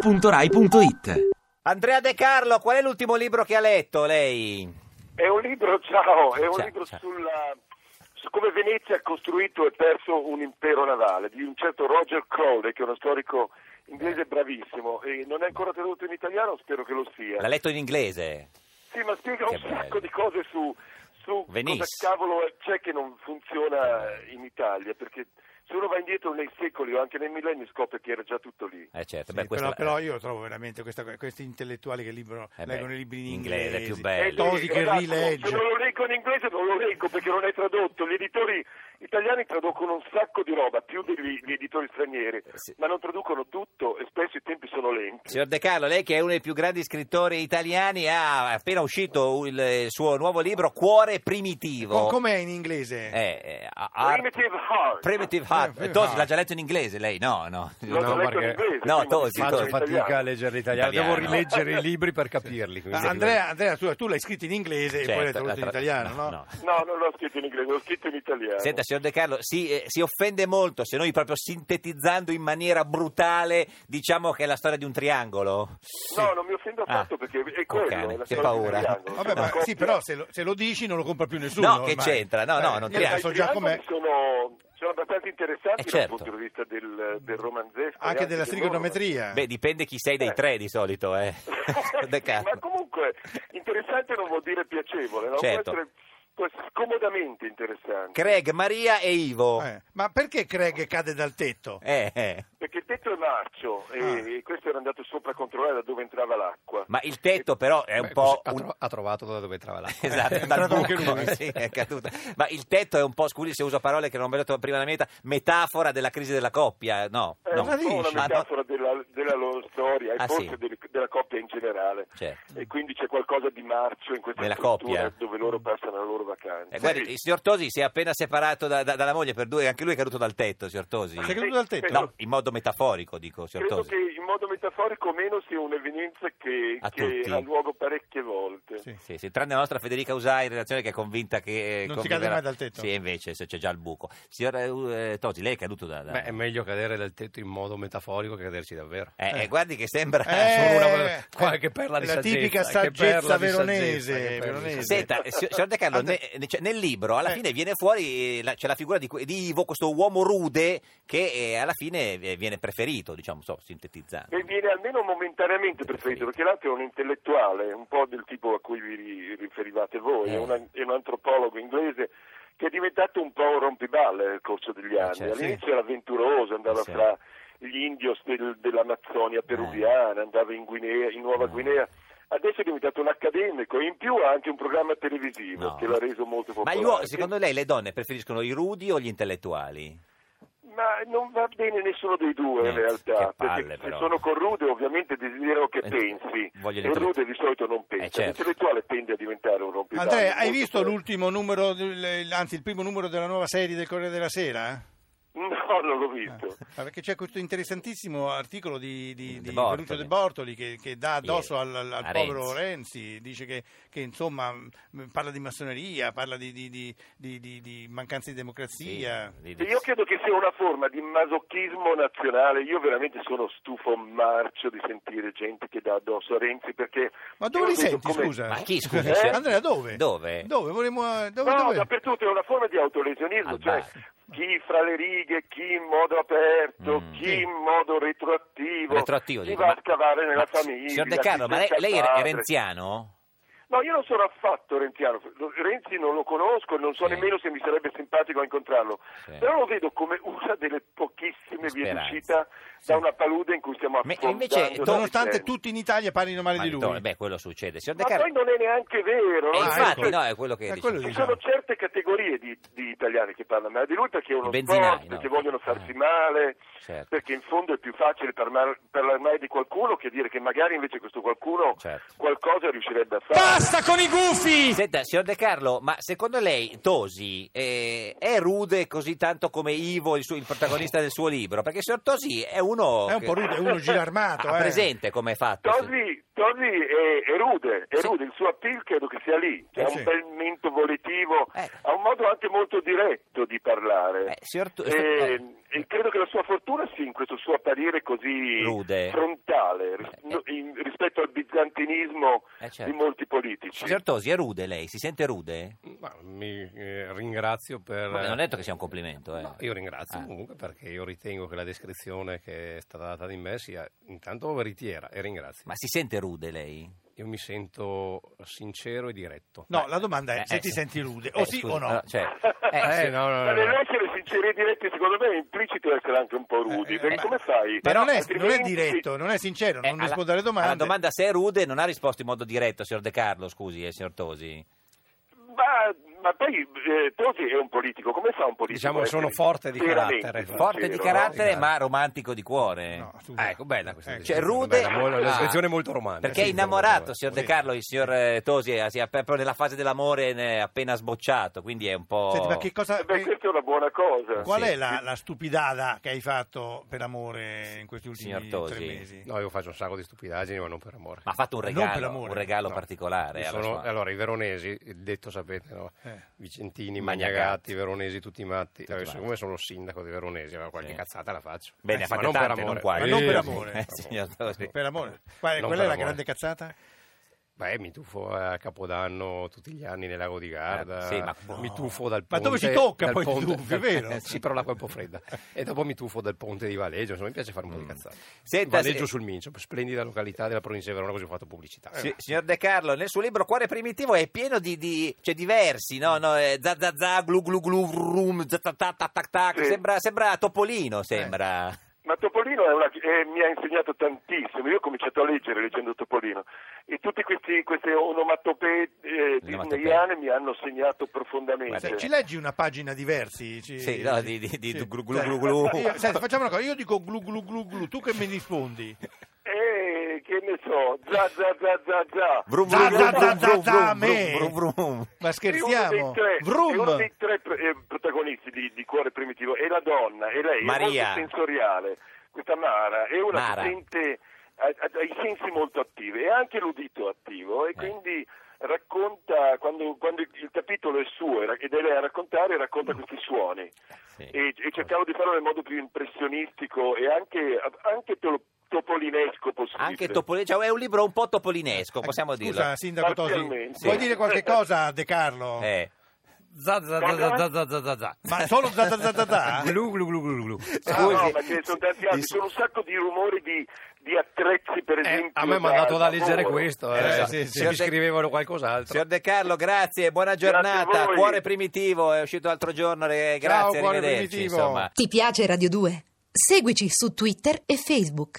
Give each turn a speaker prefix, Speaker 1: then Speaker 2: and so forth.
Speaker 1: radio2pod.rai.it
Speaker 2: Andrea De Carlo, qual è l'ultimo libro che ha letto lei?
Speaker 3: È un libro, ciao, è un
Speaker 2: Ciao,
Speaker 3: libro
Speaker 2: ciao.
Speaker 3: sulla, su come Venezia ha costruito e perso un impero navale di un certo Roger Crowley, che è uno storico
Speaker 2: Eh.
Speaker 3: inglese bravissimo e non è ancora tradotto in italiano, spero che lo sia.
Speaker 2: L'ha letto in inglese?
Speaker 3: Sì, ma spiega
Speaker 2: Che
Speaker 3: un
Speaker 2: bello.
Speaker 3: sacco di cose su, su
Speaker 2: Venice.
Speaker 3: cosa cavolo c'è che non funziona in Italia, perché se uno va indietro nei secoli o anche nei millenni scopre che era già tutto lì.
Speaker 2: Eh certo,
Speaker 4: Sì,
Speaker 2: beh, questo
Speaker 4: però, però
Speaker 2: eh,
Speaker 4: io trovo veramente questa- questi intellettuali che libro-
Speaker 2: eh beh,
Speaker 4: leggono i libri in inglese,
Speaker 2: inglese è più
Speaker 3: Eh,
Speaker 2: bello.
Speaker 4: Tosi che
Speaker 3: esatto, Se non
Speaker 4: rilegge.
Speaker 3: lo leggo in inglese non lo leggo perché non è tradotto. Gli editori italiani traducono un sacco di roba, più degli gli editori stranieri,
Speaker 2: sì.
Speaker 3: ma non traducono tutto e spesso i tempi sono lenti.
Speaker 2: eh, Signor De Carlo, lei che è uno dei più grandi scrittori italiani ha appena uscito il, il suo nuovo libro Cuore primitivo.
Speaker 4: Co- com'è in inglese?
Speaker 2: Eh, eh, a- art-
Speaker 3: Primitive
Speaker 2: Primitive
Speaker 3: Heart.
Speaker 4: Eh,
Speaker 2: Heart.
Speaker 4: Primitive
Speaker 2: Tosi
Speaker 4: Heart.
Speaker 2: l'ha già letto in inglese lei? No, no.
Speaker 3: L'ho
Speaker 5: No,
Speaker 3: letto in
Speaker 5: perché-
Speaker 3: inglese.
Speaker 2: No,
Speaker 3: prima
Speaker 2: Tosi,
Speaker 3: di leggere
Speaker 5: Faccio
Speaker 2: Tosi.
Speaker 3: in italiano.
Speaker 5: fatica a leggere l'italiano,
Speaker 2: Italiano.
Speaker 5: devo rileggere i libri per capirli. quindi-
Speaker 4: Ah, Andrea, Andrea, tu, tu l'hai scritto in inglese e poi l'hai
Speaker 2: Certo,
Speaker 4: tradotto in
Speaker 2: la tra-
Speaker 4: italiano, no?
Speaker 3: No, non l'ho scritto in inglese, l'ho scritto in italiano.
Speaker 2: Senta, signor De Carlo, si, eh, si offende molto se noi proprio sintetizzando in maniera brutale diciamo che è la storia di un triangolo.
Speaker 3: No, non mi offendo affatto
Speaker 2: Ah.
Speaker 3: perché è
Speaker 2: Oh,
Speaker 3: quello.
Speaker 2: cane,
Speaker 3: è la
Speaker 2: che
Speaker 3: storia Ecco,
Speaker 2: paura.
Speaker 3: del triangolo.
Speaker 4: Vabbè,
Speaker 3: Sono
Speaker 4: ma
Speaker 3: coppie-
Speaker 4: sì, però se lo, se lo dici non lo compra più nessuno.
Speaker 2: No, che
Speaker 4: ormai. Eh,
Speaker 2: c'entra? No, no, non
Speaker 4: io
Speaker 2: triangolo.
Speaker 4: la so già
Speaker 3: I
Speaker 4: com'è.
Speaker 3: triangoli Sono, sono abbastanza interessanti
Speaker 2: Eh, certo.
Speaker 3: dal punto di vista del, del romanzesco. e
Speaker 4: Anche della
Speaker 3: del loro-
Speaker 4: trigonometria.
Speaker 2: Beh, dipende chi sei dei tre di solito, eh. Signor De Carlo.
Speaker 3: ma comunque interessante non vuol dire piacevole, no?
Speaker 2: Certo.
Speaker 3: può essere può essere scomodamente interessante.
Speaker 2: Craig, Maria e Ivo. Eh,
Speaker 4: Eh, ma perché Craig cade dal tetto?
Speaker 2: eh.
Speaker 3: Perché il tetto è marcio e,
Speaker 4: Ah.
Speaker 3: e questo era andato sopra a controllare da dove entrava l'acqua.
Speaker 2: Ma il tetto però è un
Speaker 5: Beh,
Speaker 2: po'...
Speaker 5: così Eh, ha,
Speaker 2: un-
Speaker 5: tro- ha trovato da dove trova l'acqua.
Speaker 2: Esatto,
Speaker 4: Eh, È
Speaker 2: dal
Speaker 4: entrato anche
Speaker 2: buco,
Speaker 4: lui.
Speaker 2: sì, ecco. è caduto. Ma il tetto è un po', scusi se uso parole che non ho detto prima la meta, metafora della crisi della coppia, no?
Speaker 3: È
Speaker 2: no.
Speaker 3: un po' una
Speaker 2: Ah, no.
Speaker 3: metafora della, della loro storia e
Speaker 2: Ah,
Speaker 3: forse
Speaker 2: sì.
Speaker 3: del- della coppia in generale.
Speaker 2: Certo.
Speaker 3: E quindi c'è qualcosa di marcio in questa
Speaker 2: Nella
Speaker 3: struttura
Speaker 2: coppia.
Speaker 3: dove loro passano la loro vacanza.
Speaker 2: Eh, guardi,
Speaker 3: Sì.
Speaker 2: il signor Tosi si è appena separato da- da- dalla moglie per due, anche lui è caduto dal tetto, signor Tosi.
Speaker 4: Sei caduto dal tetto?
Speaker 2: No, certo. in modo metaforico, dico, signor
Speaker 3: Credo
Speaker 2: Tosi.
Speaker 3: che in modo metaforico o meno sia un'evenienza che,
Speaker 2: A
Speaker 3: che
Speaker 2: tutti.
Speaker 3: ha luogo parecchie volte.
Speaker 4: Sì.
Speaker 2: Sì, sì, tranne la nostra Federica Usai in relazione che è convinta che... eh,
Speaker 4: Non si
Speaker 2: conviverà-
Speaker 4: cade mai dal tetto.
Speaker 2: Sì, invece, se c'è già il buco. Signor eh, Tosi, lei è caduto da... da-
Speaker 5: Beh, è meglio cadere dal tetto in modo metaforico che caderci davvero.
Speaker 2: Eh, eh, guardi che sembra...
Speaker 4: Eh,
Speaker 5: Solo una- qualche perla di
Speaker 4: la
Speaker 5: saggezza,
Speaker 4: tipica
Speaker 5: che perla di
Speaker 4: saggezza
Speaker 5: saggezza,
Speaker 4: veronese,
Speaker 5: che perla di
Speaker 4: veronese.
Speaker 2: Senta, eh, signor De Carlo,
Speaker 4: Andrea-
Speaker 2: ne- ne- cioè, nel libro alla
Speaker 4: Eh.
Speaker 2: fine viene fuori, eh, la- c'è la figura di, que- di Ivo, questo uomo rude che eh, alla fine eh, viene preferito, diciamo, so, sintetizzando.
Speaker 3: E viene almeno momentaneamente preferito, perché l'altro è un intellettuale, un po' del tipo a cui vi ri- riferivate voi,
Speaker 2: Eh.
Speaker 3: è, una- è un antropologo inglese che è diventato un po' un rompiballe nel corso degli anni.
Speaker 2: certo, sì.
Speaker 3: All'inizio era avventuroso, andava
Speaker 2: Eh, sì.
Speaker 3: fra gli indios del- dell'Amazzonia peruviana, andava in, Guinea, in Nuova
Speaker 2: Eh.
Speaker 3: Guinea. Adesso è diventato un accademico e in più ha anche un programma televisivo
Speaker 2: No.
Speaker 3: che l'ha reso molto
Speaker 2: Ma
Speaker 3: popolare.
Speaker 2: gli uo- secondo lei le donne preferiscono i rudi o gli intellettuali?
Speaker 3: Ma non va bene nessuno dei due
Speaker 2: Eh,
Speaker 3: in realtà,
Speaker 2: che palle,
Speaker 3: perché
Speaker 2: però.
Speaker 3: se sono con Rude ovviamente desidero che
Speaker 2: Eh,
Speaker 3: pensi,
Speaker 2: voglio
Speaker 3: e Rude di solito non pensa,
Speaker 2: Eh, certo.
Speaker 3: l'intellettuale tende a diventare un rompiballe.
Speaker 4: Andrea, hai
Speaker 3: Esatto, molto
Speaker 4: visto
Speaker 3: bello.
Speaker 4: l'ultimo numero, del- anzi il primo numero della nuova serie del Corriere della Sera?
Speaker 3: No, non l'ho visto.
Speaker 4: Ah, Perché c'è questo interessantissimo articolo di, di,
Speaker 2: De
Speaker 4: di
Speaker 2: Bortoli.
Speaker 4: Ferruccio De Bortoli che, che dà addosso
Speaker 2: Ieri.
Speaker 4: al, al- al
Speaker 2: A
Speaker 4: povero Renzi, dice che, che, insomma mh, parla di massoneria, parla di, di- di- di- di- di mancanza di democrazia.
Speaker 2: Sì, di- di-
Speaker 3: Io credo che sia una forma di masochismo nazionale, io veramente sono stufo marcio di sentire gente che dà addosso a Renzi perché...
Speaker 4: Ma dove
Speaker 3: io
Speaker 4: li
Speaker 3: vedo
Speaker 4: senti,
Speaker 3: come-
Speaker 4: scusa?
Speaker 2: Ma chi, scusi,
Speaker 4: Eh?
Speaker 2: signor-
Speaker 4: Andrea, dove?
Speaker 2: Dove?
Speaker 4: Dove? Vorremmo, eh, dove,
Speaker 3: no,
Speaker 4: dove?
Speaker 3: dappertutto è una forma di autolesionismo,
Speaker 2: Al
Speaker 3: cioè
Speaker 2: bar.
Speaker 3: chi fra le righe, chi in modo aperto,
Speaker 2: Mm.
Speaker 3: chi in modo retroattivo,
Speaker 2: Retroattivo,
Speaker 3: chi
Speaker 2: dico,
Speaker 3: va
Speaker 2: ma-
Speaker 3: a scavare nella
Speaker 2: ma-
Speaker 3: famiglia.
Speaker 2: Signor De
Speaker 3: chi
Speaker 2: Carlo, ma lei,
Speaker 3: cerca il
Speaker 2: lei è- è
Speaker 3: padre.
Speaker 2: renziano?
Speaker 3: No, io non sono affatto renziano, Renzi non lo conosco e non so
Speaker 2: Sì.
Speaker 3: nemmeno se mi sarebbe simpatico a incontrarlo,
Speaker 2: Sì.
Speaker 3: però lo vedo come una delle pochissime vie
Speaker 2: Speranze.
Speaker 3: d'uscita
Speaker 2: Sì.
Speaker 3: da una palude in cui stiamo
Speaker 2: Me-
Speaker 3: affrontando.
Speaker 2: invece, Dove
Speaker 4: Nonostante tutti in Italia parlino male di
Speaker 2: Maledone,
Speaker 4: lui.
Speaker 2: Beh, quello succede. Signor
Speaker 3: Ma
Speaker 2: De Carlo...
Speaker 3: poi non è neanche vero.
Speaker 2: Eh,
Speaker 3: no?
Speaker 2: infatti,
Speaker 3: Cioè,
Speaker 2: no, è quello che
Speaker 4: È
Speaker 2: dice.
Speaker 4: quello
Speaker 3: Ci
Speaker 4: che-
Speaker 3: sono certe categorie di, di italiani che parlano male di lui perché è
Speaker 2: I
Speaker 3: uno
Speaker 2: benzinai,
Speaker 3: sport,
Speaker 2: no?
Speaker 3: perché vogliono farsi
Speaker 2: Eh.
Speaker 3: male,
Speaker 2: Certo.
Speaker 3: perché in fondo è più facile parlar- parlare male di qualcuno che dire che magari invece questo qualcuno
Speaker 2: Certo.
Speaker 3: qualcosa riuscirebbe a fare.
Speaker 4: Basta con i gufi!
Speaker 2: Senta, signor De Carlo, ma secondo lei Tosi eh, è rude così tanto come Ivo, il, suo- il protagonista del suo libro? Perché signor Tosi è uno...
Speaker 4: È un po'
Speaker 2: che-
Speaker 4: rude, è uno girarmato.
Speaker 2: ha
Speaker 4: eh.
Speaker 2: presente come è fatto. sì.
Speaker 3: Tosi, Tosi è, è rude, è rude, il suo appeal credo che sia lì,
Speaker 4: Eh,
Speaker 3: ha
Speaker 4: sì.
Speaker 3: un bel mento volitivo,
Speaker 2: Eh.
Speaker 3: ha un modo anche molto diretto di parlare.
Speaker 2: Eh, signor Tu-
Speaker 3: e, e credo che la sua fortuna sia in questo suo apparire così
Speaker 2: Rude.
Speaker 3: frontale ris-
Speaker 2: Eh.
Speaker 3: no- in- rispetto al bizantinismo
Speaker 2: Eh, certo.
Speaker 3: di molti politici.
Speaker 2: Signor Tosi, è rude lei? Si sente rude?
Speaker 5: Ma mi eh, ringrazio per...
Speaker 2: Vabbè, non è detto che sia un complimento. eh.
Speaker 5: No, io ringrazio
Speaker 2: Ah.
Speaker 5: comunque perché io ritengo che la descrizione che è stata data di me sia intanto veritiera e ringrazio.
Speaker 2: Ma si sente rude lei?
Speaker 5: Io mi sento sincero e diretto.
Speaker 4: No, la domanda è
Speaker 2: Eh,
Speaker 4: se
Speaker 2: eh,
Speaker 4: ti
Speaker 2: sì.
Speaker 4: senti rude,
Speaker 2: Eh,
Speaker 4: o sì
Speaker 2: scusi,
Speaker 4: o no.
Speaker 2: allora, cioè,
Speaker 5: Eh,
Speaker 2: eh, sì.
Speaker 5: no, no,
Speaker 3: Ma
Speaker 5: no, no.
Speaker 3: nell'essere sinceri e diretti, secondo me, è implicito essere anche un po' rudi,
Speaker 4: Eh,
Speaker 3: perché
Speaker 4: ma-
Speaker 3: come fai?
Speaker 4: Ma non è,
Speaker 3: Altrimenti-
Speaker 4: non è diretto, non è sincero,
Speaker 2: Eh,
Speaker 4: non risponde alle
Speaker 2: alla
Speaker 4: domande.
Speaker 2: domanda se è rude non ha risposto in modo diretto, signor De Carlo, scusi, eh, signor Tosi.
Speaker 3: Ma, ma poi eh, Tosi è un politico, come fa un politico?
Speaker 5: Diciamo
Speaker 3: a
Speaker 5: sono
Speaker 3: essere
Speaker 5: forte di
Speaker 3: veramente
Speaker 5: carattere.
Speaker 3: sincero,
Speaker 2: Forte di
Speaker 3: no?
Speaker 2: carattere
Speaker 5: no?
Speaker 2: ma romantico di cuore.
Speaker 4: No, scusa.
Speaker 5: Ah, ecco, bella questa
Speaker 4: Ecco.
Speaker 2: Cioè,
Speaker 5: descrizione,
Speaker 2: rude...
Speaker 5: bella, molto- la
Speaker 2: ah,
Speaker 5: descrizione è molto romantica.
Speaker 2: Perché è
Speaker 5: Sì,
Speaker 2: innamorato,
Speaker 5: molto-
Speaker 2: signor
Speaker 5: sì.
Speaker 2: De Carlo, il signor eh, Tosi è, si è proprio nella fase dell'amore ne è appena sbocciato, quindi è un po'...
Speaker 4: Senti, ma che cosa,
Speaker 3: Eh Beh, questa è una buona cosa.
Speaker 4: qual
Speaker 2: sì.
Speaker 4: è la, la stupidata che hai fatto per amore in questi
Speaker 2: Signor
Speaker 4: ultimi
Speaker 2: Tosi.
Speaker 4: tre mesi?
Speaker 5: No, io faccio un sacco di stupidaggini, ma non per amore.
Speaker 2: Ma eh, ha fatto un
Speaker 4: Non per
Speaker 2: regalo,
Speaker 4: amore,
Speaker 2: un regalo
Speaker 5: no.
Speaker 2: particolare.
Speaker 5: Io
Speaker 2: alla
Speaker 5: sono-
Speaker 2: sua-
Speaker 5: allora, i veronesi, il detto sapete, no?
Speaker 4: Eh.
Speaker 5: Vicentini,
Speaker 2: Magnagatti.
Speaker 5: Magnagatti, veronesi, tutti matti. Allora,
Speaker 2: matti.
Speaker 5: siccome sono sindaco di Veronesi, allora qualche
Speaker 2: Sì.
Speaker 5: cazzata la faccio.
Speaker 2: Bene,
Speaker 5: Eh,
Speaker 2: ha
Speaker 5: ma
Speaker 2: fatto
Speaker 5: non per
Speaker 2: tante,
Speaker 5: amore.
Speaker 2: non quale.
Speaker 4: Ma non per
Speaker 5: Eh,
Speaker 4: amore.
Speaker 2: Eh, signor Tosi.
Speaker 4: Per amore? Qual è, qual è
Speaker 5: Non per
Speaker 4: la
Speaker 5: amore.
Speaker 4: grande cazzata?
Speaker 5: Beh, mi tuffo a Capodanno tutti gli anni nel lago di Garda.
Speaker 2: Eh, sì, ma-
Speaker 5: Mi tuffo dal ponte.
Speaker 4: Ma dove ci tocca
Speaker 5: dal
Speaker 4: poi ti
Speaker 5: ponte-
Speaker 4: tuffi,
Speaker 5: dal-
Speaker 4: vero?
Speaker 5: sì, però l'acqua è un po' fredda. E dopo mi tuffo dal ponte di Valeggio. Insomma, mi piace fare un po' di cazzate.
Speaker 2: Mm. Senta,
Speaker 5: Valeggio
Speaker 2: se-
Speaker 5: sul Mincio, splendida località della provincia di Verona, così ho fatto pubblicità. Eh,
Speaker 2: Si- signor De Carlo, nel suo libro Cuore Primitivo è pieno di, di cioè diversi, no? no eh, za za za, glu glu glu, vroom, za ta ta ta ta ta,
Speaker 3: Sì.
Speaker 2: sembra, sembra Topolino, sembra.
Speaker 4: Eh.
Speaker 3: Ma Topolino è una- eh, mi ha insegnato tantissimo. Io ho cominciato a leggere leggendo Topolino e tutte questi- queste onomatopee eh, disneyane mi hanno segnato profondamente.
Speaker 2: Guarda,
Speaker 4: Ci leggi una pagina diversi? Ci-
Speaker 2: Sì, no, di- di- di
Speaker 4: sì. Cioè,
Speaker 2: glu glu glu glu.
Speaker 4: Io- senti, facciamo una cosa, io dico glu glu glu glu, tu che mi rispondi?
Speaker 3: Eh, che ne so, za za za za za.
Speaker 2: Vroom,
Speaker 4: Za,
Speaker 2: vroom,
Speaker 4: za,
Speaker 2: vroom,
Speaker 4: za, za,
Speaker 2: vroom,
Speaker 4: za,
Speaker 2: vroom,
Speaker 4: me.
Speaker 2: vroom, vroom, vroom.
Speaker 4: Ma
Speaker 3: E
Speaker 4: scherziamo?
Speaker 3: uno dei tre, e uno
Speaker 4: Vroom!
Speaker 3: dei tre pr- eh, protagonisti di, di Cuore Primitivo è la donna, e lei
Speaker 2: Maria.
Speaker 3: è molto sensoriale, questa Mara, è una
Speaker 2: Mara.
Speaker 3: che sente ha- ha- ha i sensi molto attivi e anche l'udito attivo
Speaker 2: Eh.
Speaker 3: e quindi racconta, quando, quando il- il capitolo è suo e ra- ed è lei a raccontare, racconta questi suoni
Speaker 2: Sì.
Speaker 3: e, e cercavo di farlo nel modo più impressionistico e anche, anche to- topolinesco possibile.
Speaker 2: Anche Topolino, cioè, è un libro un po' topolinesco, possiamo
Speaker 4: Eh, Scusa,
Speaker 2: dirlo.
Speaker 4: Sindaco Tosi,
Speaker 3: Parzialmente.
Speaker 4: vuoi
Speaker 3: Sì.
Speaker 4: dire qualche cosa a De Carlo?
Speaker 2: Eh.
Speaker 5: Za, za, za, za, za, za, za, za, za.
Speaker 4: Ma solo za za za za za?
Speaker 5: Glu, glu, glu, glu, glu.
Speaker 3: Ah, no, ma ce ne sono tanti altri, sono un sacco di rumori di, di attrezzi, per esempio.
Speaker 5: Eh, a me mi ha
Speaker 3: da-
Speaker 5: dato da leggere
Speaker 3: lavoro.
Speaker 5: questo,
Speaker 4: Eh,
Speaker 5: eh,
Speaker 4: sì,
Speaker 5: se
Speaker 4: sì.
Speaker 5: mi scrivevano qualcos'altro.
Speaker 2: Signor De Carlo, grazie, buona
Speaker 3: Grazie a
Speaker 2: giornata.
Speaker 3: voi.
Speaker 2: Cuore primitivo è uscito l'altro giorno, eh, grazie,
Speaker 4: Cuore
Speaker 2: arrivederci.
Speaker 4: Primitivo.
Speaker 2: Insomma.
Speaker 1: Ti piace Radio 2? Seguici su Twitter e Facebook.